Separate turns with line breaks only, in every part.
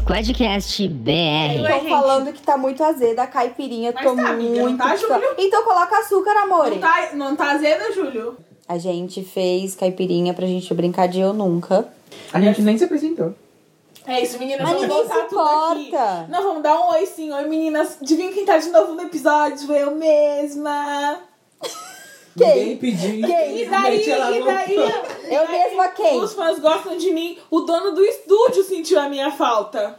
Podcast BR.
Ué,
Tô
gente.
falando que tá muito azeda a caipirinha.
Mas
tô
tá, amiga, não
muito.
tá,
pistola.
Júlio?
então coloca açúcar, amore.
Não tá, não tá azeda, Júlio?
A gente fez caipirinha pra gente brincar de eu nunca.
A gente nem se apresentou.
É isso, meninas.
Mas
vamos
ninguém
voltar
se
tudo aqui.
importa.
Nós vamos dar um oi sim. Oi, meninas. Adivinha quem tá de novo no episódio? Eu mesma.
Quem?
Ninguém pediu.
Quem?
E daí,
Infelizmente, ela
e daí?
voltou.
Eu mesma quem?
Os fãs gostam de mim. O dono do estúdio sentiu a minha falta.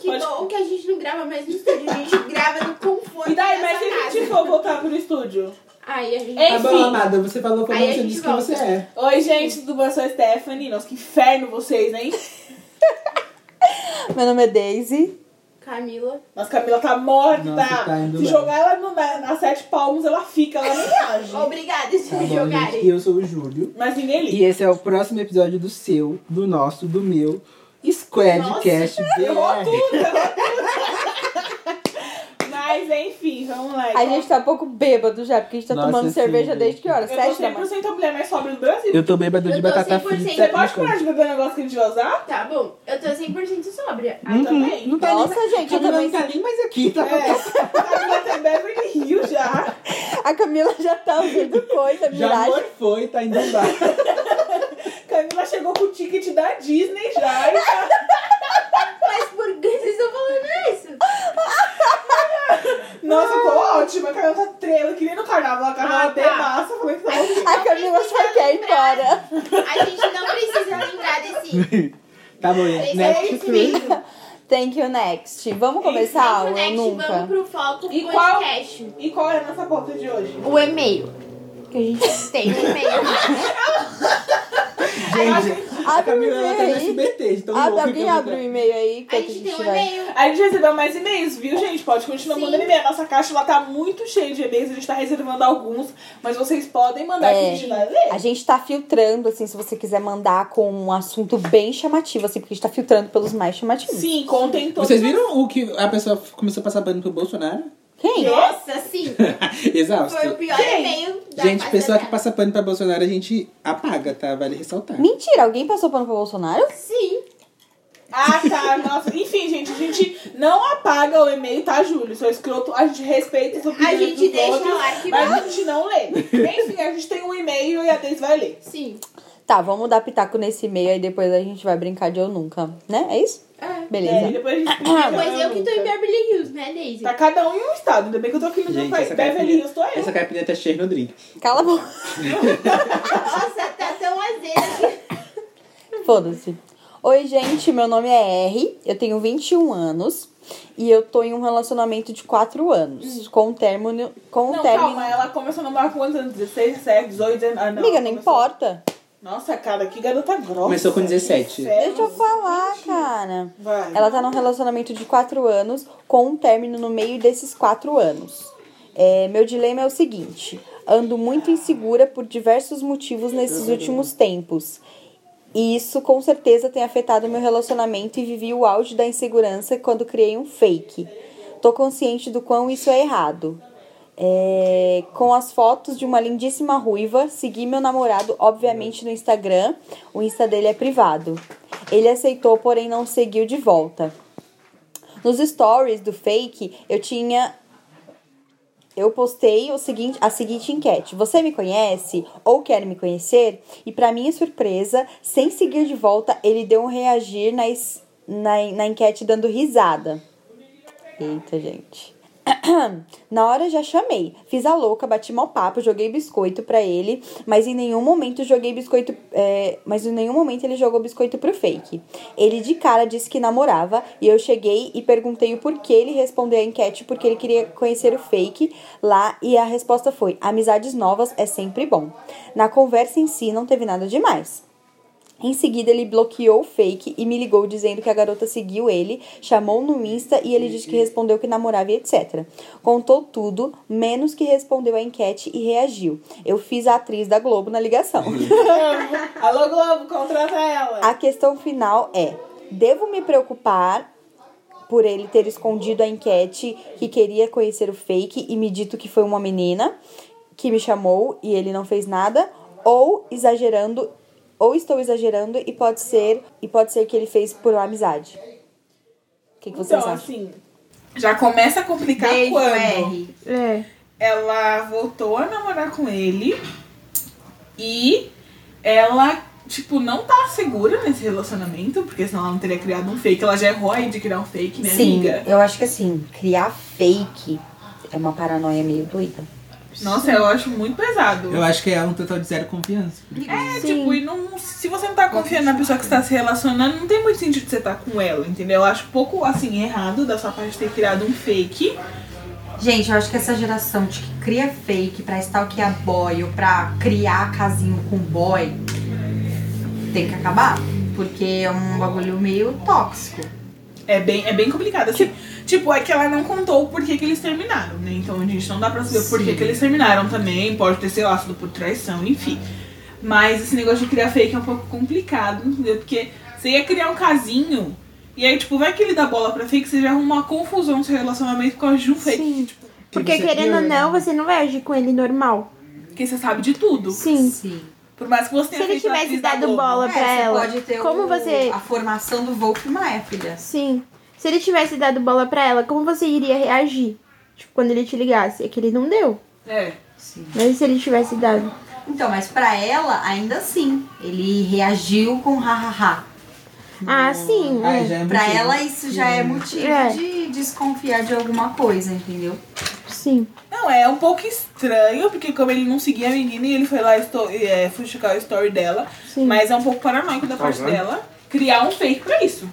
Que
Pode-
bom que a gente não grava mais no estúdio, a gente grava no conforto.
E daí,
dessa
mas se a gente
casa.
for voltar pro estúdio?
Aí a gente
Ei,
Tá
vai
bom,
Enfim.
amada, você falou como
Aí a
você
gente
disse que
volta.
você é.
Oi, gente, tudo bom? Eu sou a Stephanie. Nossa, que inferno vocês, hein?
Meu nome é Daisy.
Camila.
Nossa, Camila tá morta.
Nossa, tá indo
se
bem.
jogar ela no- na, nas sete palmos, ela fica, ela nem age.
Obrigada de
Tá bom,
me
gente. E
jogarem.
eu sou o Júlio.
Mas ninguém liga.
E esse é o próximo episódio do seu, do nosso, do meu Squadcast
Errou
BR.
tudo, errou tudo. Mas enfim, vamos lá.
A gente tá um pouco bêbado já, porque a gente tá
Nossa,
tomando
sim,
cerveja
gente.
desde que hora?
Eu
Sete
tô
da manhã.
100% a mulher é mais sóbria do Brasil.
Eu tô bêbado de
Eu tô
batata
100%
frita.
Você
e
pode
biscoito.
parar de beber um negócio que a gente usar?
Tá bom, eu tô 100% sóbria.
Ah, também.
Não tá
Nossa,
nem,
gente, eu
a Camila
também-
não tá nem mais aqui. Tá
É, a Camila tá em Beverly Hills já.
A Camila já tá ouvindo coisa,
Já
miragem.
morfou e tá indo lá.
Camila chegou com o ticket da Disney já. E tá-
Mas por que vocês estão falando isso?
Nossa, eu tô ótima. A Camila tá trela, que nem no carnaval. A Camila
Ah,
até
tá.
massa. Como é que tá?
A Camila só quer ir embora.
A gente não precisa lembrar desse.
Tá bom,
Esse
gente.
é
Next
esse mesmo.
Thank you, next. Vamos começar
Vem pro
ou
Next, Vamos
nunca?
pro foco
E qual-
podcast.
E qual é a nossa pauta de hoje?
O e-mail.
Que a gente...
Tem um e-mail.
Gente, a
Abre o
Camila ela tá no
e-mail aí.
SBT. Então
Abre,
não
alguém
fica-
abre o e-mail aí,
a
enquanto
gente tem um
vai.
e-mail.
A gente recebeu mais e-mails, viu, gente? Pode continuar
Sim.
mandando e-mail. A nossa caixa lá tá muito cheia de e-mails, a gente tá reservando alguns, mas vocês podem mandar que a
É.
gente vai ler.
A gente tá filtrando, assim, se você quiser mandar com um assunto bem chamativo, assim, porque a gente tá filtrando pelos mais chamativos.
Sim, contem todos.
Vocês viram o que a pessoa começou a passar pano pro Bolsonaro? é?
Quem?
Nossa, sim.
Exausto.
Foi o pior
Gente,
e-mail da
Gente,
face
pessoa
da
que passa pano pra Bolsonaro, a gente apaga, tá? Vale ressaltar.
Mentira, alguém passou pano pro Bolsonaro?
terra. Sim.
Ah, tá. Nossa. Enfim, gente, a gente não apaga o e-mail, tá, Júlio? Seu escroto, a gente respeita sua
A gente deixa lá que
mas
vai.
a gente não lê. Enfim, a gente tem um e-mail e a Deise vai ler.
Sim.
Tá, vamos dar pitaco nesse e-mail aí depois a gente vai brincar de eu nunca, né? É isso?
É.
É, e
Beleza.
depois a gente explica,
Depois
né,
Ah, eu que tô
Luca?
em Beverly Hills, né, Daisy?
Tá cada um em um estado, ainda bem que eu tô aqui no meu
Gente,
país.
essa
Beverly
caipirinha,
Hills, tô eu.
essa caipirinha tá cheia no drink.
Cala a boca.
Nossa, tá tão azedo
Foda-se. Oi, gente, meu nome é R, eu tenho 21 anos e eu tô em um relacionamento de 4 anos. Com um término. Com um
Hum. Não,
término.
calma, ela começou a namorar com quantos anos? 16, 17, 18, 19. Ah, não.
Amiga, não
Começou-
importa.
Nossa, cara, que garota grossa.
Começou com 17.
Inferno.
Deixa eu falar, cara.
Vai.
Ela tá num relacionamento de 4 anos, com um término no meio desses 4 anos. É, meu dilema é o seguinte: ando muito insegura por diversos motivos nesses últimos tempos. E isso com certeza tem afetado meu relacionamento e vivi o auge da insegurança quando criei um fake. Tô consciente do quão isso é errado. É, com as fotos de uma lindíssima ruiva, segui meu namorado, obviamente, no Instagram. O Insta dele é privado. Ele aceitou, porém não seguiu de volta. Nos stories do fake, eu tinha. Eu postei o seguinte, a seguinte enquete: Você me conhece ou quer me conhecer? E, pra minha surpresa, sem seguir de volta, ele deu um reagir na, es- na, na enquete dando risada. Eita, gente. Na hora já chamei. Fiz a louca, bati mau papo, joguei biscoito pra ele, mas em nenhum momento joguei biscoito. é, mas em nenhum momento ele jogou biscoito pro fake. Ele de cara disse que namorava e eu cheguei e perguntei o porquê ele respondeu a enquete porque ele queria conhecer o fake lá e a resposta foi: amizades novas é sempre bom. Na conversa em si não teve nada demais. Em seguida, ele bloqueou o fake e me ligou dizendo que a garota seguiu ele, chamou no Insta e ele disse que respondeu que namorava e etc. Contou tudo, menos que respondeu a enquete e reagiu. Eu fiz a atriz da Globo na ligação.
Alô, Globo, contrata ela.
A questão final é: devo me preocupar por ele ter escondido a enquete que queria conhecer o fake e me dito que foi uma menina que me chamou e ele não fez nada? Ou exagerando, ou estou exagerando e pode ser e pode ser que ele fez por amizade. que, que vocês
Então,
acham?
assim, já começa a complicar
Beijo,
quando
R.
É.
ela voltou a namorar com ele e ela, tipo, não tá segura nesse relacionamento, porque senão ela não teria criado um fake. Ela já errou aí de criar um fake, né,
Sim,
amiga?
eu acho que assim, criar fake é uma paranoia meio doida.
Nossa, eu acho muito pesado.
Eu acho que é um total de zero confiança.
É, tipo, e não, se você não tá confiando na pessoa que você tá se relacionando, não tem muito sentido você estar com ela, entendeu? Eu acho pouco, assim, errado da sua parte ter criado um fake.
Gente, eu acho que essa geração de que cria fake pra stalkear boy ou pra criar casinho com boy tem que acabar. Porque é um bagulho meio tóxico.
É bem, é bem complicado, assim. Tipo, é que ela não contou o porquê que eles terminaram, né? Então a gente não dá pra saber o porquê que eles terminaram também. Pode ter, sei lá, sido por traição, enfim. Mas esse negócio de criar fake é um pouco complicado, entendeu? Porque você ia criar um casinho, e aí, tipo, vai que ele dá bola pra fake, você já arruma uma confusão no seu relacionamento por causa de um fake. Tipo,
Porque querendo ou não, você não vai agir com ele normal.
porque você sabe de tudo.
Sim.
Sim. É,
Por mais que você
Se
tenha
ele
feito a
tivesse
atriz da
dado
Globo.
bola pra
você
ela.
pode ter
Como
o-
você.
a formação do Volpe é, Maéfida.
Sim. Se ele tivesse dado bola pra ela, como você iria reagir? Tipo, quando ele te ligasse. É que ele não deu.
É.
Sim.
Mas e se ele tivesse dado.
Então, mas pra ela, ainda assim, ele reagiu com hahaha.
Ah, sim.
Ah,
é.
já é
Pra
motivo.
ela, isso já é motivo
É.
de desconfiar de alguma coisa, entendeu?
Sim.
Não, é um pouco estranho, porque como ele não seguia a menina e ele foi lá esto- é, foi checar o story dela,
Sim.
mas é um pouco paranoico da parte
Aham.
dela criar um fake pra isso.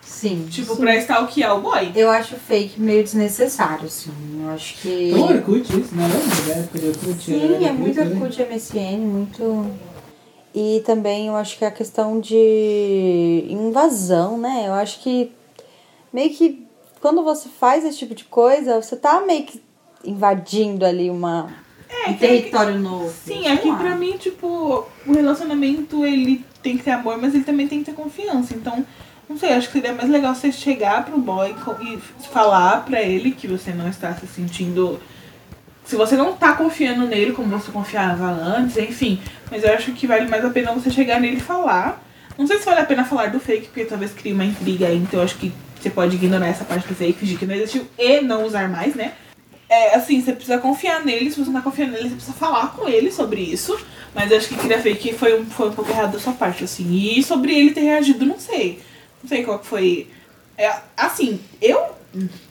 Sim.
Tipo, pra stalkear o boy.
Eu acho fake meio desnecessário, assim. Eu acho que.
Então, Orkut, isso, não era uma época de Orkut?
Sim,
era
é muito
né?
Orkut MSN, muito.
E também eu acho que é a questão de invasão, né? Eu acho que meio que quando você faz esse tipo de coisa, você tá meio que invadindo ali uma.
É,
um território novo.
Sim,
sei
é que
lá.
pra mim, tipo, o relacionamento ele tem que ter amor, mas ele também tem que ter confiança. Então, não sei, acho que seria mais legal você chegar pro boy co- e f- falar pra ele que você não está se sentindo. Se você não tá confiando nele como você confiava antes, enfim. Mas eu acho que vale mais a pena você chegar nele e falar. Não sei se vale a pena falar do fake, porque talvez crie uma intriga aí, então eu acho que você pode ignorar essa parte do fake, fingir que não existiu e não usar mais, né? É, assim, você precisa confiar nele. Se você não tá confiando nele, você precisa falar com ele sobre isso. Mas eu acho que queria ver que foi um, foi um pouco errado da sua parte, assim. E sobre ele ter reagido, não sei. Não sei qual que foi. É, assim, eu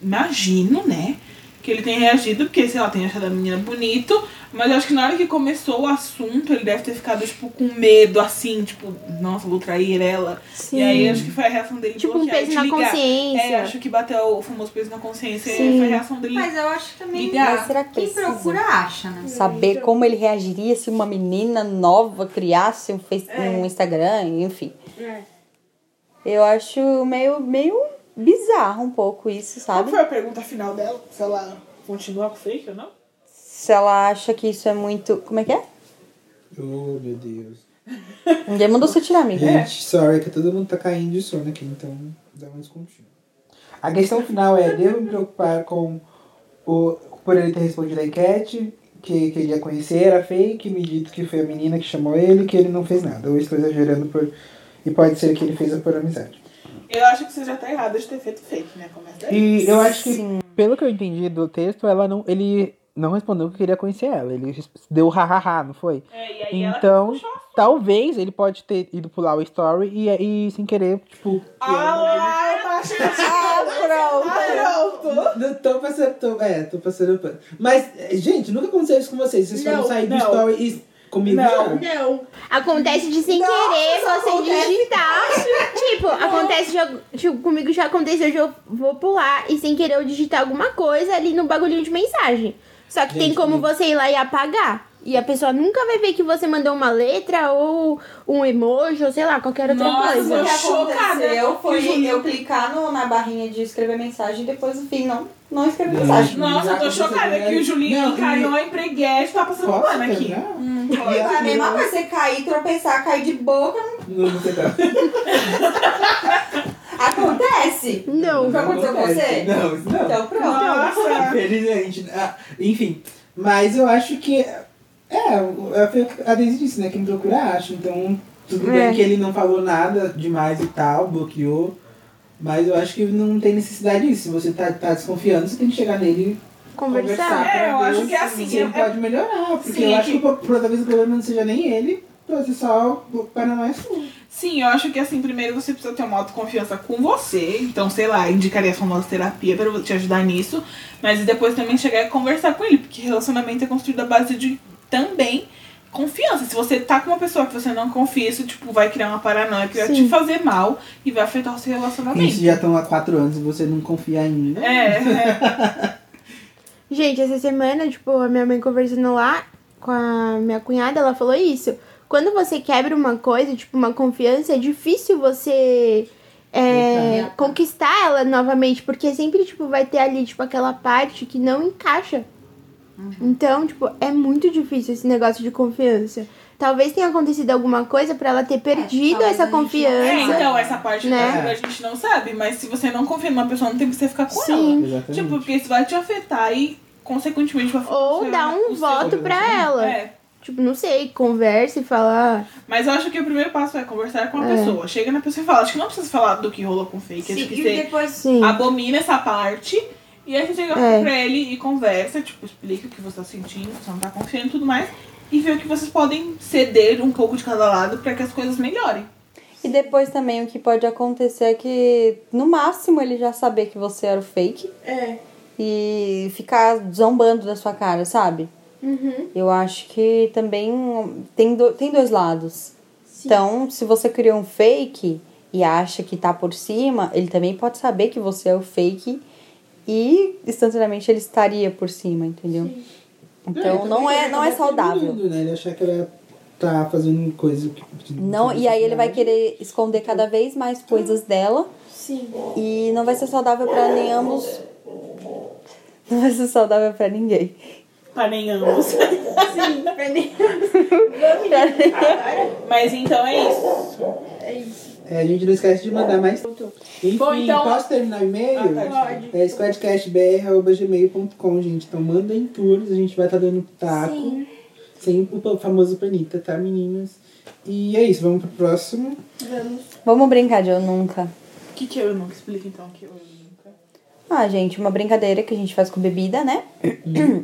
imagino, né? Que ele tenha reagido, porque, sei lá, tem achado a menina bonito. Mas eu acho que na hora que começou o assunto, ele deve ter ficado, tipo, com medo, assim, tipo, nossa, vou trair ela.
Sim.
E aí eu acho que foi a reação dele
Tipo, um
bloquear e
peso
te
na
ligar.
consciência.
É, acho que bateu o famoso peso na consciência e
Sim.
foi a reação dele.
Mas eu acho também.
Ligar.
Mas será que
Quem
precisa?
procura acha, né?
Saber como ele reagiria se uma menina nova criasse um, face...
É.
um Instagram, enfim.
É.
Eu acho meio, meio bizarro um pouco isso,
Qual
sabe?
foi a pergunta final dela? Se ela continua com o fake ou não?
Se ela acha que isso é muito. Como é que é?
Oh, meu Deus.
Ninguém mandou você tirar, amiga.
É.
Gente, sorry que todo mundo tá caindo de sono aqui, então dá um descontinho. A questão final é, devo me preocupar com o por ele ter respondido a enquete, que queria conhecer, era fake, me dito que foi a menina que chamou ele, que ele não fez nada. Ou estou exagerando por... E pode ser que ele fez por amizade.
Eu acho que você já tá errada de ter feito fake, né? Começa daí.
E eu acho que, pelo que eu entendi do texto, ela não, ele não respondeu que queria conhecer ela. Ele res- deu hahaha, não foi?
É, e aí
Então,
puxou
talvez ele pode ter ido pular o story e, e sem querer, tipo...
Ah, eu acho que
Ah, pronto.
Ah, pronto.
Não, Tô passando, tô, é, tô passando pano. Mas, é, gente, nunca aconteceu isso com vocês. Vocês foram
Não,
sair do
não.
story e comigo
Não.
já?
Não.
Acontece de sem querer você digitar. tipo, acontece de, algum- tipo, comigo já aconteceu de eu vou pular e sem querer eu digitar alguma coisa ali no bagulhinho de mensagem. Só que tem
Gente,
como
comigo-
você ir lá e apagar. E a pessoa nunca vai ver que você mandou uma letra ou um emoji ou sei lá, qualquer outra
Nossa,
coisa.
eu chocada.
aconteceu
Eu fiz um-
foi eu clicar no- na barrinha de escrever mensagem e depois no fim não, não escrevi mensagem.
Nossa, eu tô chocada que o Julinho
Não,
encarnou a empreguete tá passando
Posso
pano aqui.
pegar?
Hum,
É a mesma coisa, você cair, tropeçar, cair de boca,
Não, não sei não.
não- acontece.
Não.
Então, Nunca aconteceu com você?
Não, isso não.
Então pronto.
Nossa.
Felizmente. Ah, enfim, mas eu acho que. É, o- é, foi o que a Daisy disse, né? Quem procura acha. Então, tudo
É.
bem que ele não falou nada demais e tal, bloqueou. Mas eu acho que não tem necessidade disso. Se você tá, tá desconfiando, você tem que chegar nele
Conversar.
É,
pra
eu
ver
acho que é
se
assim,
Você
é-
pode melhorar, porque
Sim,
eu
é
acho
que-
que o pro- talvez o problema não seja nem ele, pode ser só o Paraná Sul.
Sim, eu acho que assim, primeiro você precisa ter uma autoconfiança com você. Então, sei lá, indicaria famosa terapia pra te ajudar nisso. Mas depois também chegar e conversar com ele, porque relacionamento é construído à base de também confiança. Se você tá com uma pessoa que você não confia, isso tipo, vai criar uma paranoia que vai
Sim.
te fazer mal e vai afetar o seu
E
relacionamento.
se já estão há quatro anos e você não confia ainda.
É, é.
Gente, essa semana, tipo, a minha mãe conversando lá com a minha cunhada, ela falou isso. Quando você quebra uma coisa, tipo, uma confiança, é difícil você é,
Eita.
conquistar ela novamente, porque sempre, tipo, vai ter ali, tipo, aquela parte que não encaixa. Então, tipo, é muito difícil esse negócio de confiança. Talvez tenha acontecido alguma coisa pra ela ter perdido
talvez
essa
a gente não-
É,
confiança.
então, essa parte
Né?
da- a gente não sabe, mas se você não confia numa pessoa, não tem que você ficar com ela.
Sim.
Exatamente.
Tipo, porque isso vai te afetar e, consequentemente, vai afetar o
Ou
seu-
dar um
o seu-
voto pra ela.
É.
Tipo, não sei, conversa e fala. "Ah,
Mas eu acho que o primeiro passo é conversar com a
É.
pessoa. Chega na pessoa e fala, acho que não precisa falar do que rolou com o fake.
Sim,
Acho que
e
você
depois
Sim.
abomina essa parte. E aí você chega
É.
pra ele e conversa, tipo, explica o que você tá sentindo, que você não tá confiando e tudo mais. E vê o que vocês podem ceder um pouco de cada lado pra que as coisas melhorem.
E depois também o que pode acontecer é que, no máximo, ele já saber que você era o fake. E ficar zombando da sua cara, sabe? Eu acho que também tem, do- tem dois lados. Então, se você cria um fake e acha que tá por cima, ele também pode saber que você é o fake e instantaneamente ele estaria por cima, entendeu? Então não é, não é saudável.
Né? Ele achar que ela tá fazendo coisa que.
Não, e aí ele vai querer esconder cada vez mais coisas dela.
Sim.
E não vai ser saudável pra nem ambos. Não vai ser saudável pra ninguém.
Pra nem ambos.
Sim, perdemos. Vamos ligar agora.
Mas então é isso.
É isso.
É, a gente não esquece de mandar mais. Enfim,
Bom, então-
posso terminar o e-mail?
Ah,
pode.
É squadcastbr.gmail.com, gente. Então mandem tours, a gente vai estar dando taco.
Sim.
Sem o pa- famoso panita, tá, meninas? E é isso, vamos pro próximo.
Vamos.
Vamos brincar de eu nunca.
O que, que eu nunca explico então? o Que eu nunca.
Ah, gente, uma brincadeira que a gente faz com bebida, né?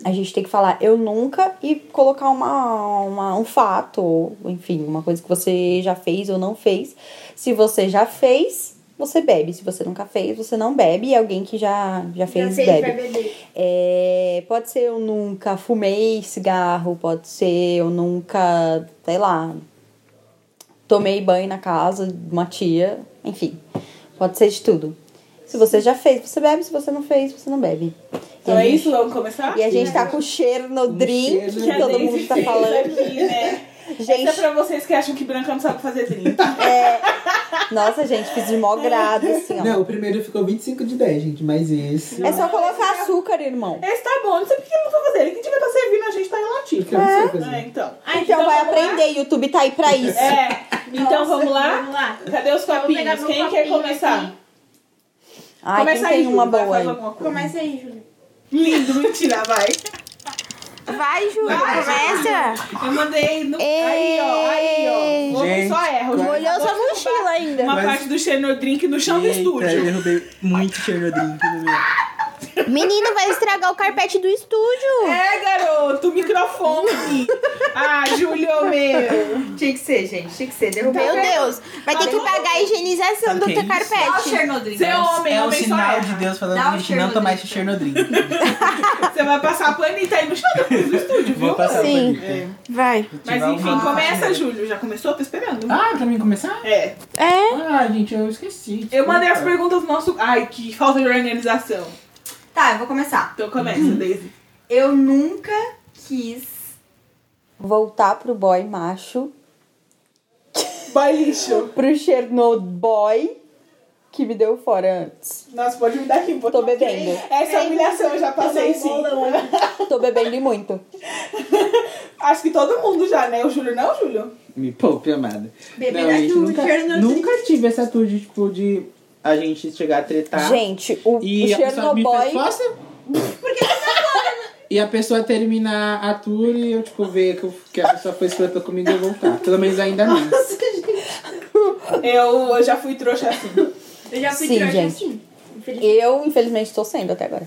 A gente tem que falar eu nunca e colocar uma, uma- um fato, ou enfim, uma coisa que você já fez ou não fez. Se você já fez, você bebe. Se você nunca fez, você não bebe. E alguém que já, já fez,
Já fez
bebe.
pra Então, beber.
É, pode ser eu nunca fumei cigarro, pode ser eu nunca, sei lá, tomei banho na casa de uma tia, enfim, pode ser de tudo. Se você já fez, você bebe, se você não fez, você não bebe.
Então
e a
é
gente-
isso, vamos começar?
E a gente tá com cheiro no drink,
cheiro no
que todo
Desde
mundo tá
fez
falando.
Aqui, né? Isso é
Gente,
pra vocês que acham que branca não sabe fazer drink.
nossa, gente, fiz de mó grado, assim, ó.
Não, o primeiro ficou 25 de 10, gente, mas esse.
É só colocar açúcar, irmão.
Esse tá bom, não sei porque eu não tô fazendo. Quem devia estar servindo a gente tá em latim.
Porque eu não sei fazer.
É, então.
Então vai
vamos lá?
aprender, YouTube tá aí pra isso.
É, então vamos lá.
Vamos lá.
Cadê os
Vou pegar
copinhos?
meu
Quem quer
copinho
começar?
aqui.
Ai, quem
Começa aí,
tem
Júlio,
uma
vai,
boa
faz
aí?
alguma coisa.
Começa aí, Júlia.
Lindo, mentira, vai.
Vai, Ju, começa!
Eu mandei no... Aí, ó, aí, ó. Vou
Gente,
só erro.
Molhou
Vou
sua
derrubar
mochila ainda.
Uma
Mas-
parte do Xenor Drink no chão do estúdio.
derrubei muito cheiro no drink no meu.
Menino, vai estragar o carpete do estúdio.
É, garoto, microfone. ah, Júlio, meu.
Tinha que ser, gente. Tinha que ser.
tá
Derrubou.
Então
Meu Deus, vai ter que pagar a
Tá
higienização do
Sabe que é
teu
isso?
Dá o
carpete.
Chernodrinho.
Você é homem,
É um
homem só
sinal de
erra.
Deus falando
Dá
pra
o
gente não tá
Chernobyl.
tomar esse Chernobyl.
Você vai passar a planeta aí no chão depois do estúdio, viu?
Vou passar
Sim.
pra ele.
Vai.
É. Mas
Tirar
enfim,
uma-
começa, Júlio. Já começou? Tô esperando.
Ah, pra mim começar?
É.
É?
Ah, gente, eu esqueci.
Eu mandei as
Desculpa.
perguntas no nosso. Ai, que falta de organização.
Tá, eu vou começar.
Então começa, Daisy.
Eu nunca quis.
Voltar pro boy macho
Vai lixo.
pro Chernobyl que me deu fora antes.
Nossa, pode me dar aqui.
Tô bebendo.
Essa humilhação eu já passei, sim.
Tô bebendo e muito.
Acho que todo mundo já, né? O Júlio não, Júlio?
Me poupe, amada.
Beber
Não, gente,
aqui o
nunca-
Chernobyl.
Nunca tive essa tour de, tipo, de a gente chegar a tretar.
Gente, o, o
Tá. e a pessoa me fez,
Chernobyl.
posso?
tá né?
E a pessoa terminar a tour e eu, tipo, ver que, eu- que a pessoa foi escrota comigo e eu voltar. Pelo menos ainda não.
Eu, eu já fui trouxa assim.
Eu já fui
Sim,
troca
gente.
assim. Infelizmente.
Eu, infelizmente, estou sendo até agora.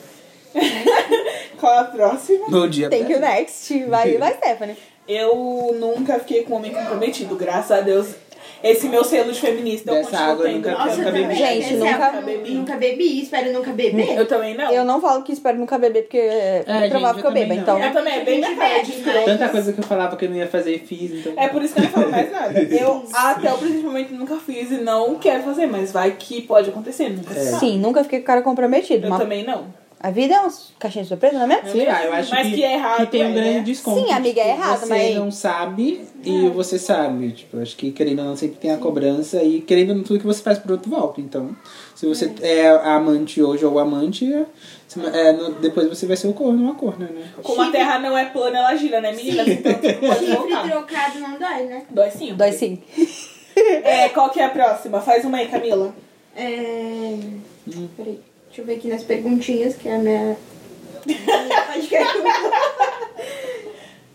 Qual a próxima?
Bom dia.
Thank you, next. Vai, vai, Stephanie.
Eu nunca fiquei com um homem comprometido, graças a Deus. Esse meu selo de feminista eu
Dessa
continuo
água eu
tendo.
nunca-
Nossa, eu
nunca
também.
bebi.
Gente,
Essa
nunca
época eu
bebi.
Nunca bebi, espero nunca beber.
Eu também não.
Eu não falo que espero nunca beber, porque é,
É, gente,
provável
eu
que eu
também
beba,
não.
então.
Eu também, é bem né? minha cara de escrota.
Tanta coisa que eu falava que eu não ia fazer e fiz, então.
É por isso que eu não falo mais nada. Eu até o presente momento nunca fiz e não quero fazer, mas vai que pode acontecer, nunca
É.
se
É.
sabe.
Sim, nunca fiquei com o cara comprometido.
Eu
mas
também não.
A vida é uma caixinha de surpresa, não é mesmo?
Sei lá, eu acho
Mas
que,
que é errado,
que tem um
é,
grande
né?
desconto.
Sim, amiga, é
Tipo,
errado,
você
mas-
não sabe e você sabe. Tipo, eu acho que querendo ou não sempre tem a cobrança e querendo ou não tudo que você faz pro outro volta. Então, se você é, a amante hoje ou o amante, é, se- é, no- depois você vai ser o corno ou a corna, né?
Como a terra não é plana, ela gira, né, menina? Então tudo pode
Chifre
voltar.
trocado não dói, né?
Dói sim.
Dois sim.
É, qual que é a próxima? Faz uma aí, Camila.
É...
Hum.
Peraí, deixa eu ver aqui nas perguntinhas, que é a minha... minha podcast.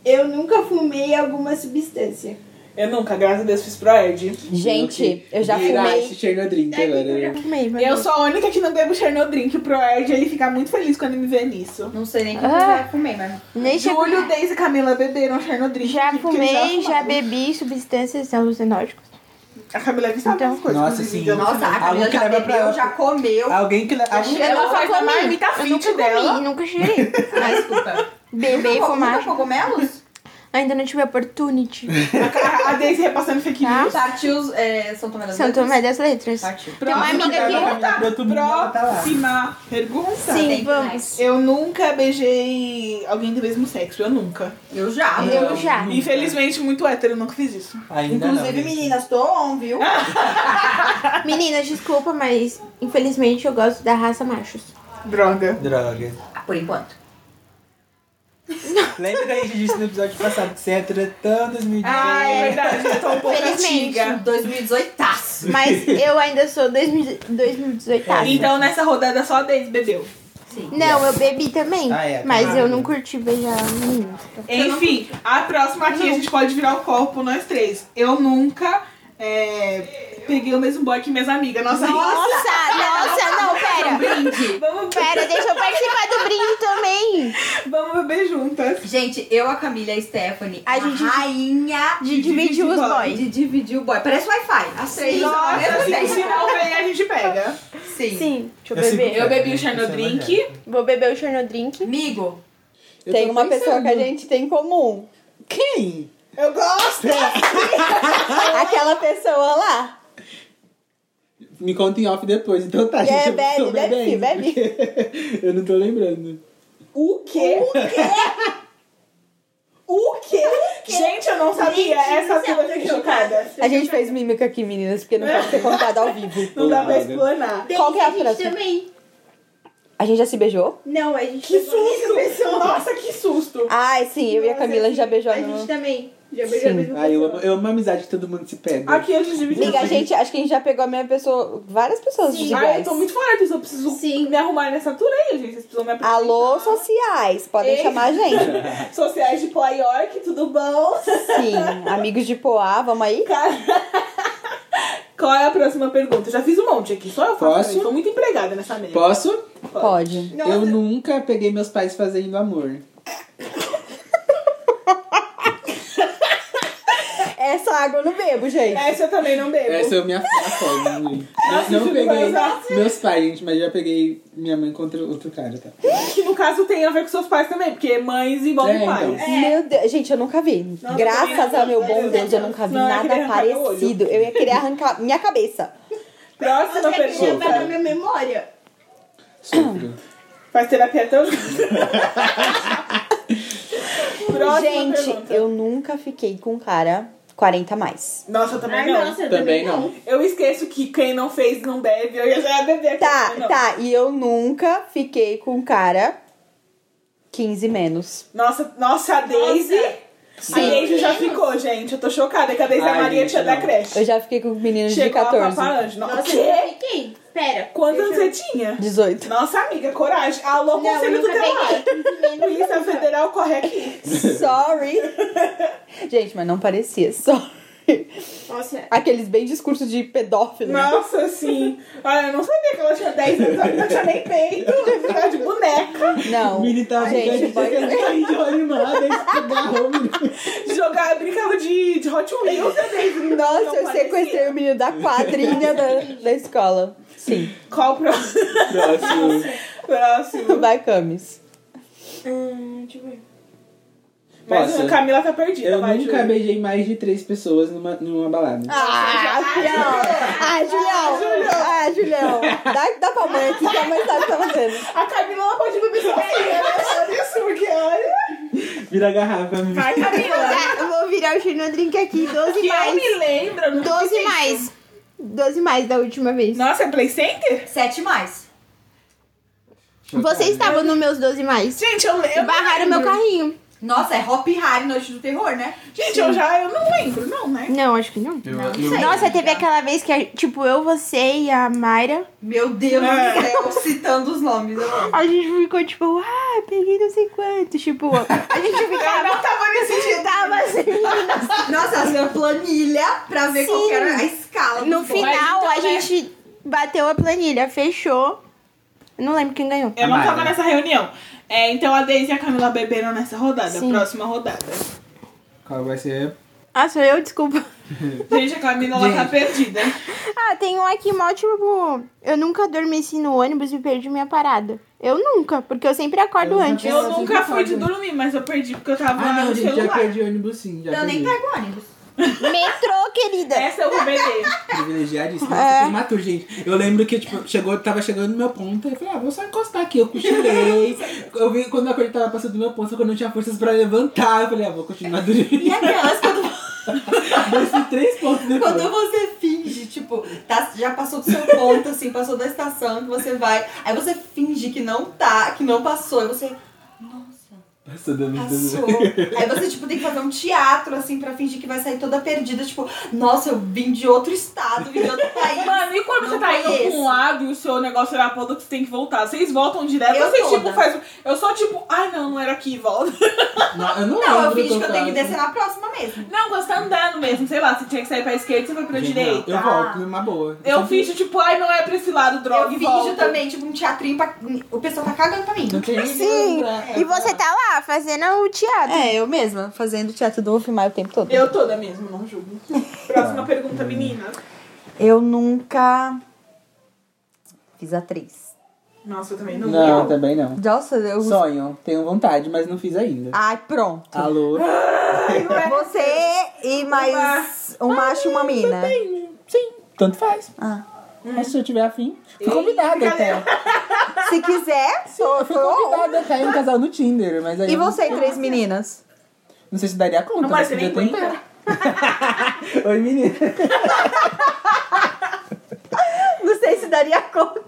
eu nunca fumei alguma substância.
Eu nunca, graças a Deus, fiz proed.
Gente, eu já
Virar
fumei.
esse Chernodrink agora. né?
Fumei, mas
Eu sou a única que não bebo Chernodrink. O Proerd, ele fica muito feliz quando me vê nisso.
Não sei nem o que
Ah.
eu já fumei, mas.
Nem chegou-
Júlio, Deise e Camila beberam Chernodrink.
Já
porque
fumei, já,
fumaram.
bebi substâncias alucinóticas.
A Camila é viciada
Então.
nas coisas.
Nossa,
inclusive,
sim.
eu não
Nossa,
sabia.
a Camila
Alguém que
já
leva pra
bebeu,
ela.
já comeu.
Alguém que. Alguém,
Eu
Ela
nunca
faz a
comi.
marmita
Eu nunca
fit dela.
comi, nunca cheirei.
Ah, desculpa.
Beber e
Nunca- nunca
fumar.
cogumelos?
Ainda não tive opportunity. tá?
A- A Daisy repassando fake
Ah.
news.
Partiu é, São Tomé das
São Tomé
Letras?
das Letras.
Partiu.
Tem uma amiga que...
pergunta.
Pro outro mundo, ela tá lá.
Próxima pergunta.
Sim,
Tem
vamos.
Eu nunca beijei alguém do mesmo sexo. Eu nunca.
Eu já.
Eu já.
Infelizmente, muito hétero, eu nunca fiz isso.
ainda
Inclusive,
não.
meninas, tô on, viu?
Ah.
Meninas, desculpa, mas infelizmente eu gosto da raça machos.
Droga.
Droga.
Por enquanto.
Lembra que a gente disse no episódio passado que você
é
entra tão 2018?
Ah, é verdade. Eu tô um pouco
Felizmente.
antiga.
2018. -aço.
Mas eu ainda sou 2018.
Então, nessa rodada, só a Daisy bebeu.
Não, eu bebi também.
Ah, é,
mas
claro.
eu não curti beijar meninas.
Enfim, a próxima aqui a gente pode virar o corpo, nós três. Eu nunca é, peguei o mesmo boy que minhas amigas. Nossa, assim,
Nossa, nossa, não, pera.
Brinde.
Vamos,
Pera, deixa eu participar do brinde também.
vamos beber juntas.
Gente, eu, a Camila e a Stephanie,
A
a,
gente-
rainha
De dividir os boys.
de dividir o boy. Parece Wi-Fi. As três ao
Nossa, assim,
mesmo
se
tempo.
sinal vem, a gente pega.
Sim.
Sim, deixa eu
Eu sei
beber.
Eu bebi o
Essa é
Chernodrink.
Vou beber o Chernodrink.
Amigo,
Eu
Tem
tô
uma pessoa que a
pensando.
gente tem em comum.
Quem?
Eu gosto!
Ah.
Aquela pessoa lá.
Me conta em off depois. Então tá,
É,
gente. eu
bebe,
tô
bebe sim,
bebendo,
bebe.
porque Eu não tô lembrando.
O quê? O quê? Gente, é eu não sabia. Essa tua eu fiquei chocada.
A gente fez mímica aqui, meninas, porque não pode ser contado ao vivo.
Não dá pra
Droga.
explanar.
Tem
Qual que é a
gente
próxima?
também.
A gente já se beijou?
Não, a gente
Que
pegou a mesma
susto!
pessoa.
Nossa, que susto!
Ai, sim, eu e a
Nossa,
Camila já beijou
A
no...
gente também. Já beijou a
Sim.
mesma
Ah, eu amo,
pessoa.
eu amo a amizade que todo mundo se pega.
Aqui a gente dividiu.
Amiga, a gente, acho que a gente já pegou a mesma pessoa, várias pessoas
Sim.
Ai, eu
iguais.
tô muito forte, eu só preciso
Sim.
me arrumar nessa altura aí, gente. Vocês precisam me apresentar.
Alô, sociais, podem
Ei.
chamar a gente.
Sociais de Poa York, tudo bom?
Sim, amigos de Poá, vamos aí?
Qual é a próxima pergunta? Eu já fiz um monte aqui, só eu faço.
Posso?
também. Tô muito empregada nessa mesa.
Posso?
Pode.
Eu nunca peguei meus pais fazendo amor.
Essa água eu não bebo, gente.
Essa eu também não bebo.
Essa é eu me afogo. gente. Eu não peguei
assim.
meus pais, gente, mas já peguei minha mãe contra outro cara, tá?
Que no caso tem a ver com seus pais também, porque mães envolvem
É, então.
pais.
Meu Deus, gente, eu nunca vi.
Não,
Graças
não,
ao meu
não,
bom
não,
Deus, eu nunca vi
não, eu queria
nada
arrancar meu olho.
parecido. Eu ia querer arrancar minha cabeça.
é
Próxima
Você quer
pergunta.
tá
levar na minha memória?
Sofro.
Faz terapia até hoje. Próxima
gente,
pergunta.
eu nunca fiquei com um cara 40 a mais.
Nossa, eu também
Ai,
não.
nossa, eu
Também não.
Eu esqueço que quem não fez não bebe. Eu já ia beber aqui.
Tá,
não.
tá. E eu nunca fiquei com um cara 15 menos.
Nossa, nossa, a Daisy. A Daisy já ficou, gente. Eu tô chocada que a Daisy é a
Ai,
Maria
gente,
Tia da
não.
creche.
Eu já fiquei com meninos é de
Chegou
14.
a Papa Ângela.
Nossa,
Nossa,
eu
quê?
fiquei. Pera.
Quantos anos
deixa eu-
você tinha?
18.
Nossa, amiga, coragem. Alô,
Não, eu
Conselho
nunca
Tutelar.
peguei.
Polícia Federal corre aqui.
Sorry. Gente, mas não parecia. Sorry.
Nossa,
Aqueles bem discurso de pedófilo. né?
Nossa, sim. Olha, eu não sabia que ela tinha 10 anos, ela não tinha nem peito, ela ficava de boneca.
Não.
Militar
Gente,
gigante, aquele de
tá
animada, agarrou
Jogava, brincava de, de Hot Wheels.
Nossa, eu
parecia.
sequestrei o menino da quadrinha da, da escola. Sim,
Qual o próximo?
Próximo.
próximo?
vai Camis.
hum, deixa eu ver.
Mas
Posso?
a Camila tá perdida,
Eu
vai,
nunca
Ju.
beijei mais de três pessoas numa, numa balada.
Ah, Julião! Ah, Julião! Ah, Julião! Dá, dá pra mãe aqui que a mãe sabe o que tá fazendo.
A Camila ela pode beber sozinha, né? Olha isso, porque olha.
Vira a garrafa, amigo.
Ai, Camila.
Ah, eu vou virar o Chino Drink aqui, 12
Que eu
mais.
me lembro, eu nunca
12
fiquei-
mais. 12 mais da última vez.
Nossa, é Play Center?
Sete mais.
Você estava nos meus 12 mais.
Gente, eu lembro.
Barraram meu carrinho.
Nossa, é Hop Harry Noite do Terror, né?
Gente, eu já eu não lembro, não, né?
Não, acho que não.
Eu,
Nossa, teve aquela vez que, a- tipo, eu, você e a Mayra,
Meu Deus
É.
do céu, citando os nomes. eu amo.
a gente ficou, tipo, ah, peguei não sei quanto. Tipo, a gente
Eu
ficava,
Ah, não tava nesse dia.
tava assim.
Nossa, elas viram a planilha pra ver qual
Sim.
que era a escala. do
No
bolo.
final, a
Mas então, né?
gente bateu a planilha, fechou. Eu não lembro quem ganhou.
Eu não tava
Amada.
nessa reunião. É, então a Daisy e a Camila beberam nessa rodada,
Sim.
próxima rodada.
Qual vai ser?
Ah, sou eu? Desculpa.
Gente, a Camila ela tá perdida.
Ah, tem um aqui mó, tipo, eu nunca adormeci no ônibus e perdi minha parada. Eu nunca, porque eu sempre acordo
Eu já
antes.
Eu
Eu
sempre
nunca fui de
falo.
dormir, mas eu perdi porque eu tava
Ah, não,
no
gente, já
celular.
perdi o ônibus sim. Já
Eu nem tá-
perdi.
pego ônibus.
Metrô, querida.
Essa eu vou beber.
Privilegiadíssimo.
É.
Nossa, que imaturo, gente. Eu lembro que, tipo, chegou, tava chegando no meu ponto. Eu falei, ah, vou só encostar aqui. Eu cochilei. Eu vi quando a coisa tava passando do meu ponto, só que eu não tinha forças pra levantar. Eu falei, ah, vou continuar dormindo.
E aquelas quando
Desci três pontos depois.
Quando você finge, tipo, tá, já passou do seu ponto, assim, passou da estação que você vai. Aí você finge que não tá, que não passou. Aí você. Nossa,
Passou da minha
passou. Aí você, tipo, tem que fazer um teatro, assim, pra fingir que vai sair toda perdida. Tipo, nossa, eu vim de outro estado, vim de outro país.
Mano, e quando
Não
você tá indo pra
conheço.
um lado e o seu negócio era a ponta que você tem que voltar? Vocês voltam direto?
Eu
ou vocês, tipo,
toda.
faz. Eu sou tipo, ai não, não era aqui, volta.
Não, eu não,
Não, eu
lembro
finge que eu tenho que
quase.
descer na próxima mesmo.
Não, quando você tá andando mesmo, sei lá, você tinha que sair pra esquerda, você foi pra
Gente,
direita.
não, Eu
Ah.
volto, numa boa.
Eu,
sempre-
finjo, tipo, ai não é pra esse lado, droga.
eu
e
finjo
volto.
também, tipo, um teatrinho pra. O pessoal tá cagando pra mim.
Não tem
Sim, e você tá lá fazendo o teatro.
É, eu mesma, fazendo teatro do Wolfmar o tempo todo.
Eu toda mesmo, não julgo. Próxima pergunta, meninas.
Eu nunca fiz a três.
Nossa, eu também não.
Não, também não.
Nossa, eu.
Sonho, tenho vontade, mas não fiz ainda.
Ai, pronto.
Alô?
é.
Você e mais um macho e uma mina.
tá né? Sim, tanto faz. Hum.
Ah.
Mas se eu tiver afim, fui convidada até.
Se quiser,
Sim, eu fui convidada até em um casal no Tinder, mas aí.
E
eu não-
você e três meninas?
Não sei se daria conta.
Não, mas você
podia
nem
tentar. Oi, menina.
Não sei se daria conta.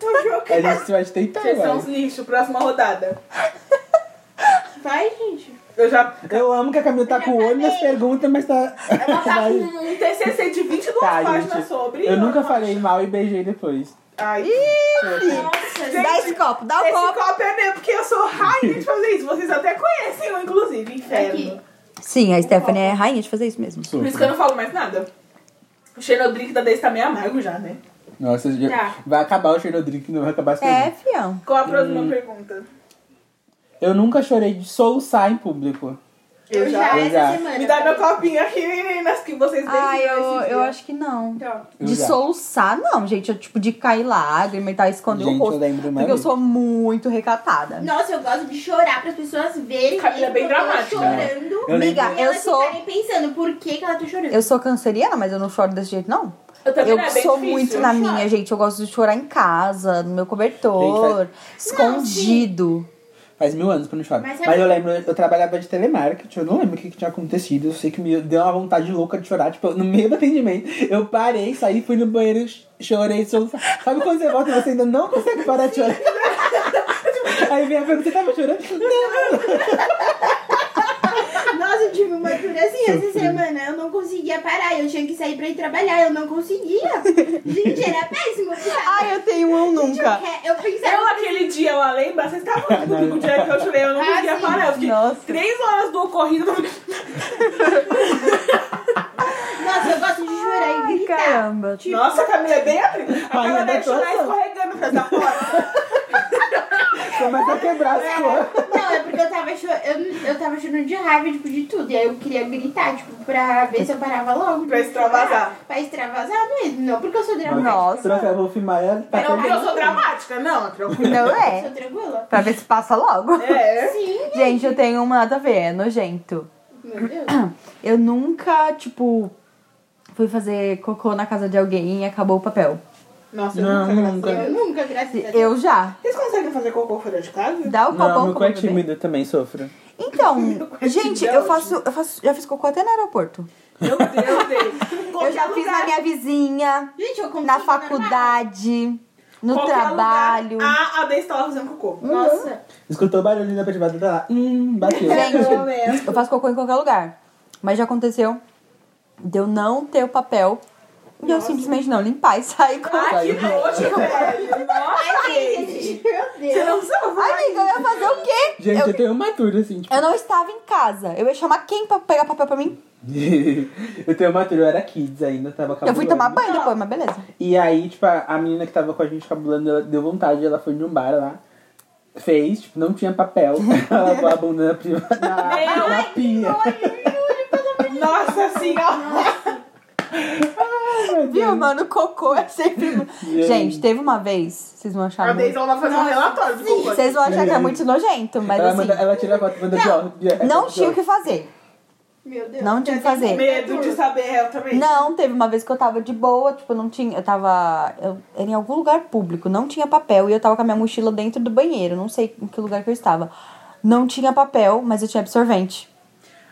A gente vai tentar,
Vocês são os
velho.
lixos, próxima rodada.
Vai, gente.
Eu já.
Eu amo que a Camila tá com o olho nas perguntas, mas tá.
Ela tá com um TCC de 22
Tá,
páginas
gente.
sobre.
Eu nunca falei mal e beijei depois.
Ai,
Dá esse copo, dá o
Esse
copo.
copo é meu, porque eu sou rainha de fazer isso. Vocês até conhecem eu, inclusive, inferno.
Sim, a Stephanie é rainha de fazer isso mesmo.
Por isso que eu não falo mais nada. O Xenodrink da Daisy tá meio amargo já, né?
Nossa, já-
Tá.
vai acabar o Xenodrink, não vai acabar as
É,
perguntas.
fião.
Qual a próxima
Hum.
pergunta?
Eu nunca chorei de soluçar em público.
Eu já,
Eu
essa
já.
semana.
Me dá meu copinho aqui, meninas, que vocês
Ah, eu,
decidiram esse
eu
dia.
acho que não.
Então,
Eu
De
já.
soluçar, não, gente. Eu, tipo, de cair lágrima e tal, esconder
Gente,
o rosto.
eu lembro uma
porque eu
vez.
sou muito recatada.
nossa, eu gosto de chorar para as pessoas verem
Camila é bem
que eu tô
dramática.
chorando.
Eu lembro-
Amiga,
E elas
eu sou-
ficarem pensando por que, que ela tá chorando.
Eu sou canceriana, mas eu não choro desse jeito, não.
Eu também
Eu
não, é bem
sou
difícil.
muito na
eu
minha,
choro.
gente. Eu gosto de chorar em casa, no meu cobertor, escondido.
Faz mil anos que eu não choro.
Mas
Mas,
é
eu lembro, eu trabalhava de telemarketing, eu não lembro o que, que tinha acontecido. Eu sei que me deu uma vontade louca de chorar, tipo, no meio do atendimento. Eu parei, saí, fui no banheiro, ch- chorei, soluçar. Sabe quando você volta e você ainda não consegue parar de chorar? Aí vem a pergunta, você tava chorando?
Ah, Nossa, eu tive uma cura assim essa semana. Eu não conseguia parar. Eu tinha que sair pra ir trabalhar. Eu não conseguia. Gente, era péssimo. Ai,
eu tenho um nunca.
eu pensava.
Eu, aquele dia lá, lembra? Vocês estavam aqui comigo o dia que eu chorei, eu não
Ah,
conseguia
sim.
parar. Eu fiquei
Nossa.
três horas do ocorrido.
Nossa, eu gosto
Caramba.
Tipo,
Nossa, a Camila é bem abrindo. A Camila
ainda
deve
tô
estar
assim.
escorregando pra essa porta.
Começa a quebrar as coisas.
Não, é porque eu tava, cho- eu, eu tava chorando de raiva, tipo, de tudo. E aí eu queria gritar, tipo, pra ver se eu parava logo. tipo,
Pra extravasar.
Pra extravasar mesmo. Não porque eu sou dramática.
Nossa.
Trouxe a Wolf Maia. Tá
Não, porque eu sou dramática, não, tranquilo.
Não
Eu
é.
sou tranquila.
Pra ver se passa logo.
É.
Sim,
Gente, eu tenho uma nada a ver, é nojento.
meu Deus.
Eu nunca, tipo, fui fazer cocô na casa de alguém e acabou o papel.
Nossa,
Não,
eu nunca,
nunca.
graças a
Eu nunca, graças
Deus.
a Deus.
Eu já.
Vocês conseguem fazer cocô fora de casa?
Dá o
Não,
copão como
meu cu é
bebê.
tímido, eu também sofro.
Então,
cu é
gente,
tímido, é
eu faço, eu faço, já fiz cocô até no aeroporto.
Meu Deus, Deus.
Eu já fiz na minha vizinha,
Gente, eu consigo
na
normal.
faculdade, no trabalho.
Ah, a Bey estava fazendo cocô. Uhum.
Nossa,
Escutou o barulho da privada tá lá. Hum, bateu.
Gente, eu faço cocô em qualquer lugar. Mas já aconteceu de eu não ter o papel e eu simplesmente não limpar e sair com
Ah, que
Saiu.
nojo, velho. Nossa, gente.
meu
Você
Deus.
não sabe.
Amiga, eu ia fazer o quê?
Gente, eu,
eu,
tenho uma turma assim, tipo.
eu não estava em casa. Eu ia chamar quem pra pegar papel pra mim?
eu tenho uma turma, eu era kids ainda, tava
Eu fui
cabulando.
tomar banho depois, mas beleza.
E aí, tipo, a, a menina que tava com a gente cabulando, ela deu vontade, ela foi num bar lá. Fez, tipo, não tinha papel. Ela lavou a bunda na, priva- na, na pia.
Nossa senhora.
Viu, mano? Cocô é sempre. Gente, teve uma vez, é vocês vão
A
achar.
Bey
Muito...
vai fazer um relatório de cocô.
Vocês vão achar que é muito nojento, mas é-
ela, manda-
assim.
ela tira a foto e manda de ó.
Não tinha o que fazer.
Meu Deus.
Não tinha o que fazer.
Medo de saber real também.
Não, teve uma vez que eu tava de boa, tipo, não tinha. Eu tava. Eu era em algum lugar público, não tinha papel e eu tava com a minha mochila dentro do banheiro, não sei em que lugar que eu estava. Não tinha papel, mas eu tinha absorvente.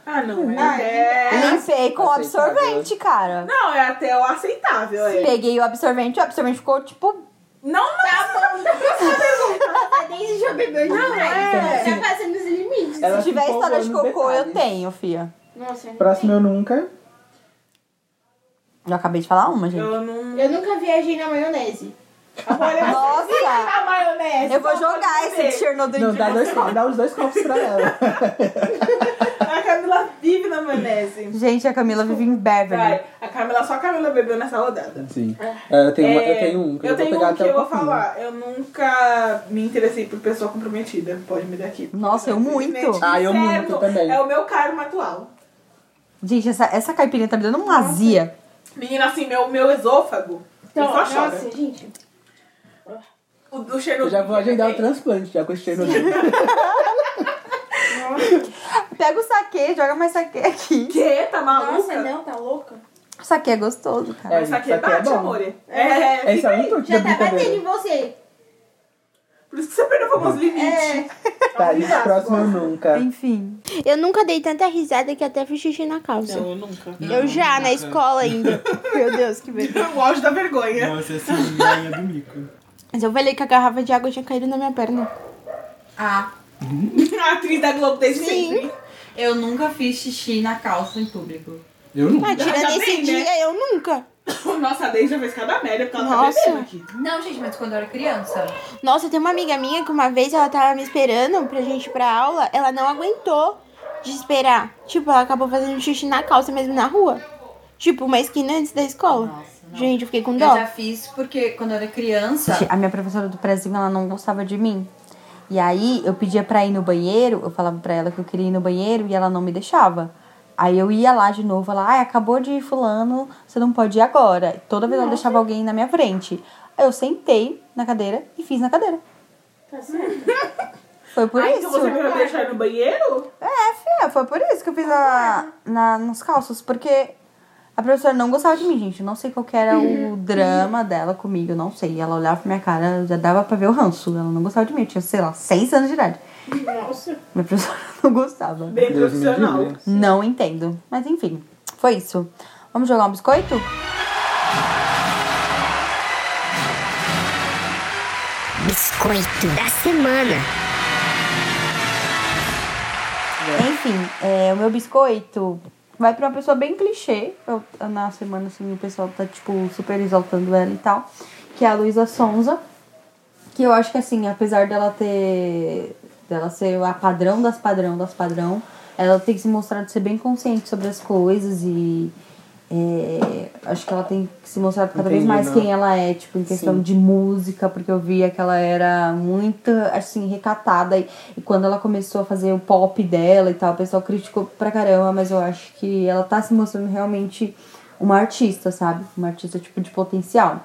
Ah, não. É. é-
Limpei com
aceitável.
absorvente, cara.
Não, é até o aceitável. É.
Peguei o absorvente, o absorvente ficou tipo.
Não, não.
Tá
Nossa, Daisy já bebeu demais. Já passa nos limites.
É.
Ela
Se tiver
ficou
história de
olhando
cocô, eu
detalhes.
tenho, fia.
Nossa, eu não
Próximo eu nunca.
Eu acabei de falar uma, gente.
Eu não.
sei. Eu nunca viajei na maionese.
Olha
Nossa!
a maionese.
Eu vou
só pra
jogar
saber.
esse Chernobyl.
Não, dá, dois, co- dá os dois copos pra ela.
tipo.
A Camila vive na maionese.
Gente, a Camila vive em Beverly.
Vai. A Camila, só a Camila bebeu nessa rodada.
Sim. É, Eu tenho, uma- eu
É,
tenho um que eu,
eu
vou
tenho
pegar
um
até
que
o
eu vou
copinho.
falar. Eu nunca me interessei por pessoa comprometida. Pode me dar aqui.
Nossa, eu muito.
Simplesmente
Ah, eu
inferno.
muito também.
É o meu karma atual.
Gente, essa, essa caipirinha tá me dando uma azia.
Menina, assim, meu, meu esôfago.
Então,
é
ele só
assim,
nossa,
chora.
gente.
O do Chernobyl.
Eu já vou agendar o
também.
transplante, já com esse Chernobyl.
Pega o saque, joga mais saque aqui.
Quê? Tá maluca?
Nossa, não, tá louca?
Saque é gostoso, cara.
Essa aqui
Isso
é
aqui é
bate,
bom.
amor. É,
Esse
fica
é o
aí.
único
Já
da
tá batendo em
brincadeira.
você.
Por isso que você perdeu
É.
famoso limite.
Tá, gente, próximo eu nunca.
Enfim.
Eu nunca dei tanta risada que até fiz xixi na calça.
eu nunca.
eu já, na escola ainda. Meu Deus, que vergonha.
O auge da vergonha.
Nossa, assim, ganha do mico.
Mas eu falei que a garrafa de água tinha caído na minha perna.
Ah,
A atriz da Globo desde
Sim.
sempre.
eu nunca fiz xixi na calça em público.
Eu nunca.
Ah, tirando
já
esse
bem, né?
dia, eu nunca.
Nossa, a Deise já fez cada merda porque ela
Nossa.
tá bebendo aqui.
Não, gente, mas quando eu era criança.
Nossa, tem uma amiga minha que uma vez ela tava me esperando pra gente ir pra aula, ela não aguentou de esperar. Tipo, ela acabou fazendo xixi na calça mesmo na rua. Tipo, uma esquina antes da escola.
Nossa, não.
Gente, eu fiquei com
Eu
dó.
já fiz porque quando eu era criança.
A minha professora do prézinho, ela não gostava de mim. E aí, eu pedia pra ir no banheiro, eu falava pra ela que eu queria ir no banheiro e ela não me deixava. Aí eu ia lá de novo, ela, ai, acabou de ir fulano, você não pode ir agora. Toda vez ela deixava alguém na minha frente. Aí eu sentei na cadeira e fiz na cadeira.
Tá certo.
Foi por
ah,
isso.
então você vai me deixar no banheiro?
É, filha, foi por isso que eu fiz a, na, nos calços, porque a professora não gostava de mim, gente. Eu Não sei qual que era o drama dela comigo, eu não sei. Ela olhava pra minha cara, já dava pra ver o ranço. Ela não gostava de mim, eu tinha, sei lá, seis anos de idade.
Nossa.
Minha professora não gostava.
Bem
Deus me
profissional.
livre.
Não entendo. Mas enfim, foi isso. Vamos jogar um biscoito?
Biscoito da semana.
Enfim, é, o meu biscoito vai pra uma pessoa bem clichê. Eu- na semana, assim, o pessoal tá, tipo, super exaltando ela e tal. Que é a Luísa Sonza. Que eu acho que, assim, apesar dela ter... Dela ser a padrão das padrão das padrão. Ela tem se mostrado ser bem consciente sobre as coisas e... é, É, acho que ela tem que se mostrar cada vez
Entendi,
mais
não.
quem ela é, tipo, em questão
Sim.
de música, porque eu via que ela era muito, assim, recatada. E, e quando ela começou a fazer o pop dela e tal, o pessoal criticou pra caramba, mas eu acho que ela tá se mostrando realmente uma artista, sabe? Uma artista, tipo, de potencial.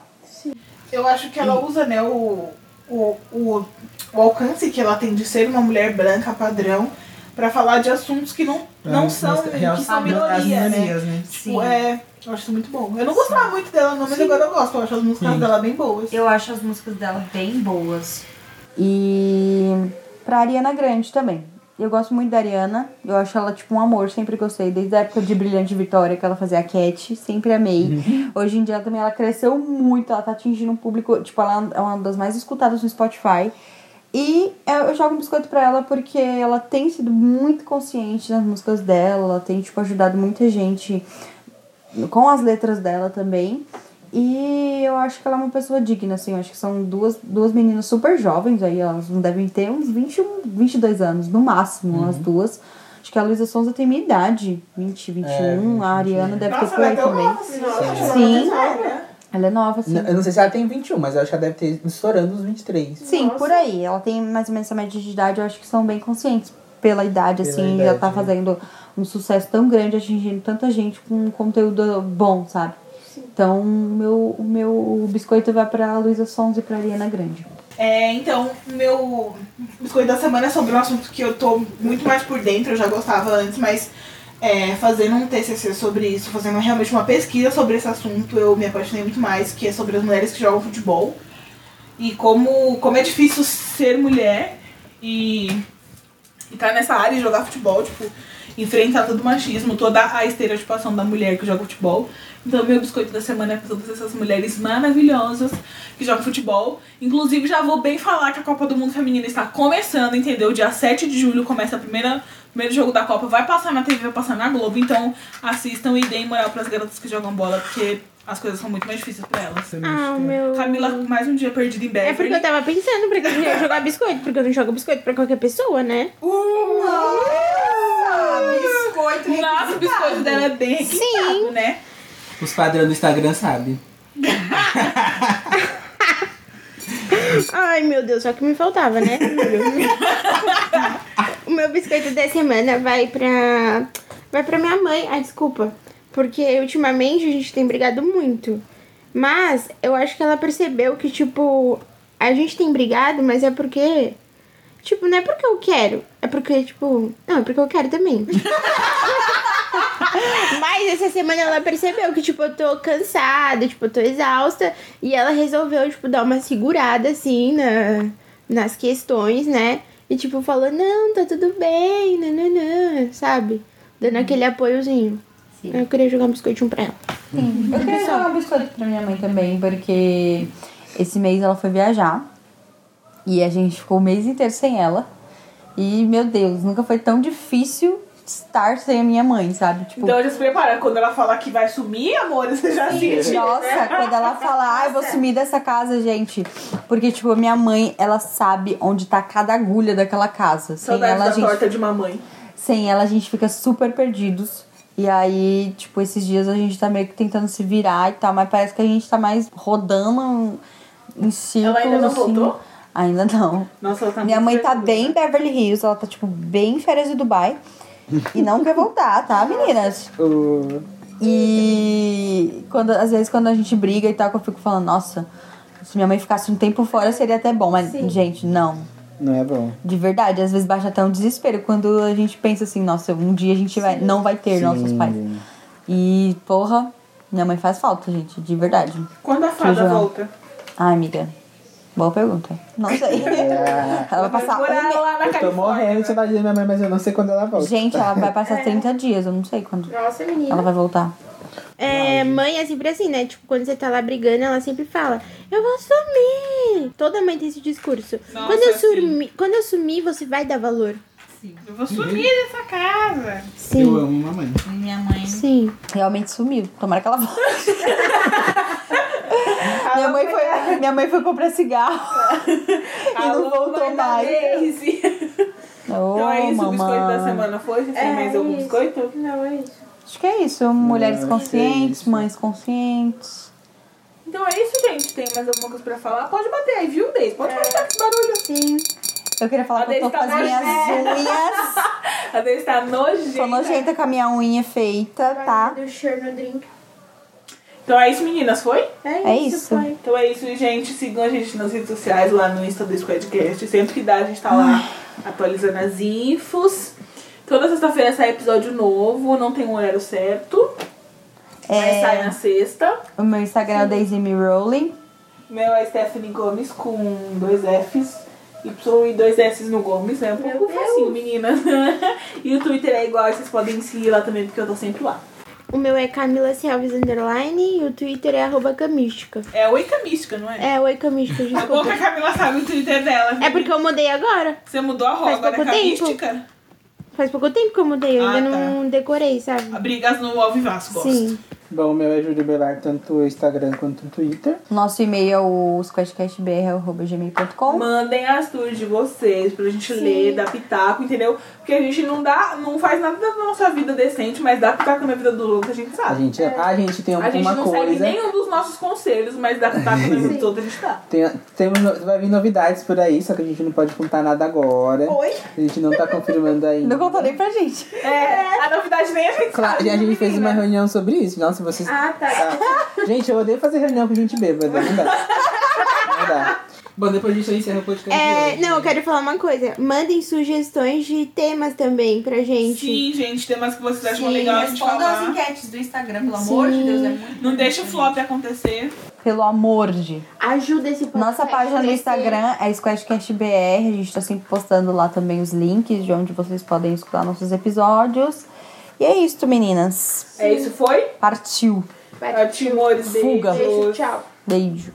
Eu acho que ela usa, né, o, o, o, o alcance que ela tem de ser uma mulher branca padrão pra falar de assuntos que não, não
Ah,
são,
mas real-
que são
as
minoria, né?
minorias, né?
Tipo,
Sim.
é, eu acho isso muito bom. Eu não gostava muito dela, não, mas agora eu gosto. Eu acho as músicas
Sim.
dela bem boas.
Eu acho as músicas dela bem boas.
E pra Ariana Grande também. Eu gosto muito da Ariana. Eu acho ela, tipo, um amor. Sempre gostei. Desde a época de Brilhante Vitória, que ela fazia a Cat. Sempre amei. Hoje em dia também ela cresceu muito. Ela tá atingindo um público... Tipo, ela é uma das mais escutadas no Spotify. E é, eu jogo um biscoito pra ela porque ela tem sido muito consciente nas músicas dela. Ela tem, tipo, ajudado muita gente com as letras dela também. E eu acho que ela é uma pessoa digna, assim. Eu acho que são duas, duas meninas super jovens aí. Elas não devem ter uns 21, 22 anos, no máximo, as duas. Acho que a Luísa Sonza tem minha idade. 20, 21. a Ariana deve ter
Nossa,
por
ela é
aí
tão
também.
nova, assim, nossa, eu acho ela
Sim.
muito né? nova.
Ela é nova, assim.
N- Eu não sei se ela tem 21, mas eu acho que ela deve ter estourando os 23.
Sim, por aí. Ela tem mais ou menos essa média de idade, eu acho que são bem conscientes pela idade,
Pela
assim, já
idade,
tá
né?
fazendo um sucesso tão grande, atingindo tanta gente com um conteúdo bom, sabe? Então, o meu, o meu biscoito vai pra Luísa Sons e pra Ariana Grande.
É, então, o meu biscoito da semana é sobre um assunto que eu tô muito mais por dentro, eu já gostava antes, mas é, fazendo um TCC sobre isso, fazendo realmente uma pesquisa sobre esse assunto, eu me apaixonei muito mais, que é sobre as mulheres que jogam futebol e como, como é difícil ser mulher e, e tá nessa área e jogar futebol, tipo, enfrentar todo o machismo, toda a estereotipação da mulher que joga futebol. Então, meu biscoito da semana é pra todas essas mulheres maravilhosas que jogam futebol. Inclusive, já vou bem falar que a Copa do Mundo Feminina está começando, entendeu? Dia 7 de julho começa a primeira. O primeiro jogo da Copa vai passar na TV, vai passar na Globo, então assistam e deem moral pras garotas que jogam bola, porque as coisas são muito mais difíceis pra elas.
Ah, o meu.
Camila, mais um dia perdido em Beverly.
É porque eu tava pensando pra que eu ia jogar biscoito, porque eu não jogo biscoito pra qualquer pessoa, né?
Biscoito
Nossa, o biscoito dela é bem requintado, né?
Os padrões do Instagram sabem.
Ai, meu Deus, só que me faltava, né? o meu biscoito da semana vai pra. Vai pra minha mãe. Ai, desculpa. Porque ultimamente a gente tem brigado muito. Mas eu acho que ela percebeu que, tipo, a gente tem brigado, mas é porque. Tipo, não é porque eu quero. É porque, tipo. Não, é porque eu quero também. Mas essa semana ela percebeu que, tipo, eu tô cansada, tipo, eu tô exausta. E ela resolveu, tipo, dar uma segurada, assim, na, nas questões, né? E, tipo, falou, não, tá tudo bem, nananã, sabe? Dando aquele apoiozinho. Eu queria jogar um biscoitinho pra ela.
Sim. Eu queria jogar um biscoito pra minha mãe também, porque esse mês ela foi viajar e a gente ficou o mês inteiro sem ela. E, meu Deus, nunca foi tão difícil estar sem a minha mãe, sabe? Tipo,
Então já se prepara, quando ela falar que vai sumir, amor, você já sente. né?
Nossa, quando ela falar, ah, eu vou sumir dessa casa, gente. Porque, tipo, a minha mãe, ela sabe onde tá cada agulha daquela casa. Sem
Saudades
ela, a
da
gente,
torta de mamãe.
sem ela, a gente fica super perdidos. E aí, tipo, esses dias a gente tá meio que tentando se virar e tal, mas parece que a gente tá mais rodando em círculos.
Ela ainda não
assim.
voltou?
Ainda não.
Nossa, ela tá
Minha
muito
mãe tá
perdido.
bem Beverly Hills, ela tá, tipo, bem em férias de Dubai. E não quer voltar, tá, meninas? E quando, às vezes quando a gente briga e tal, que eu fico falando, nossa, se minha mãe ficasse um tempo fora seria até bom. Mas, gente, não.
Não é bom.
De verdade, às vezes baixa até um desespero quando a gente pensa assim, nossa, um dia a gente vai, não vai ter nossos pais. E, porra, minha mãe faz falta, gente, de verdade.
Quando a fada
João.
volta?
Ai, amiga, boa pergunta. Não sei.
É.
Ela vai passar um
Morar
mês.
lá na
Eu tô morrendo de
Califórnia.
saudade da minha mãe, mas eu não sei quando ela volta.
Gente, ela vai
É.
passar 30 dias, eu não sei quando
Nossa,
ela
menina.
vai voltar.
É, mãe é sempre assim, né? Tipo, quando você tá lá brigando, ela sempre fala, eu vou sumir. Toda mãe tem esse discurso.
Nossa,
quando, eu
sim.
sumi, quando eu sumir, você vai dar valor.
Eu vou sumir dessa casa.
Eu
Sim,
amo mamãe.
Minha mãe.
sim.
Realmente sumiu. Tomara que ela volte. minha, mãe foi, minha mãe foi comprar cigarro.
É.
e não
Alô,
voltou
mãe da
mais.
Daisy.
Ô,
Então é isso, o biscoito da
mamãe.
semana foi? Você tem
É
mais algum
isso.
biscoito?
Não, é isso.
Acho que é isso. Mulheres
acho que é
conscientes,
isso.
mães conscientes.
Então é isso, gente. Tem mais alguma coisa pra falar? Pode bater aí, viu, Deise?
É.
Pode comentar com esse barulho.
Sim. Eu queria falar
A
que eu tô
Deise tá
com as minhas unhas.
A Deise tá nojenta.
Tô nojenta com a minha unha feita, tá?
Do Chernodrink.
Então é isso, meninas. Foi?
É isso.
foi.
Então é isso, gente. Sigam a gente nas redes sociais, lá no Insta do Squadcast. Sempre que dá, a gente tá lá atualizando as infos. Toda sexta-feira sai episódio novo, não tem um horário certo.
É.
Mas sai na sexta.
O meu Instagram é o Daisy Me Rowling.
Meu é Stephanie Gomes com dois Fs. Y e dois S no Gomes, né? Um pouco facinho, meninas. e o Twitter é igual, vocês podem seguir lá também, porque eu tô sempre lá.
O meu é Camila Alves Underline e o Twitter é arroba camística.
É o Eita Mística, não é?
É, oi camística,
A pouco
desculpa.
a Camila sabe o Twitter dela.
É porque eu mudei agora.
Você mudou a roda,
Faz
agora é
pouco tempo.
Camística.
Faz pouco tempo que eu mudei, eu
Ah,
ainda
tá. Ah,
não decorei, sabe?
Brigas no Alvivasco, gosto.
Sim.
Bom, o meu é Júlio Belar, tanto o Instagram quanto o Twitter.
Nosso e-mail é o squadcastbr.gmail.com.
Mandem as tours de vocês pra gente ler, dar pitaco, entendeu? Porque a gente não dá, não faz nada da nossa vida decente, mas dá pitaco na vida do outro, a gente
A
sabe.
gente, a gente tem
É. A gente
alguma
não segue
coisa.
nenhum dos nossos conselhos, mas dá pitaco na vida dos outros, a gente dá.
Tem, temos no- vai vir novidades por aí, só que a gente não pode contar nada agora.
Oi?
A gente não tá confirmando ainda.
Não contou nem pra gente.
É, a novidade nem a gente
Claro, e
sabe.
a gente fez uma reunião sobre isso. Nossa, vocês.
Ah, tá.
Ah, Gente, eu odeio fazer reunião com gente bêbada. Não dá. Não dá.
Bom, depois disso eu encerro o podcast.
É,
de hoje.
não, eu quero falar uma coisa. Mandem sugestões de temas também pra gente.
Sim, gente, temas que vocês acham
Sim, assim
legal a gente
Responda as
falar.
é
enquetes do Instagram, pelo amor de Deus. É muito
Não deixa o flop acontecer.
Pelo amor de.
Ajuda esse podcast.
Nossa página no
crescer.
Instagram é SquadcastBR. A gente tá sempre postando lá também os links de onde vocês podem escutar nossos episódios. E é isso, meninas.
É isso, foi?
Partiu.
É tipo
Timores,
Fuga.
beijos.
Tchau.
Beijo.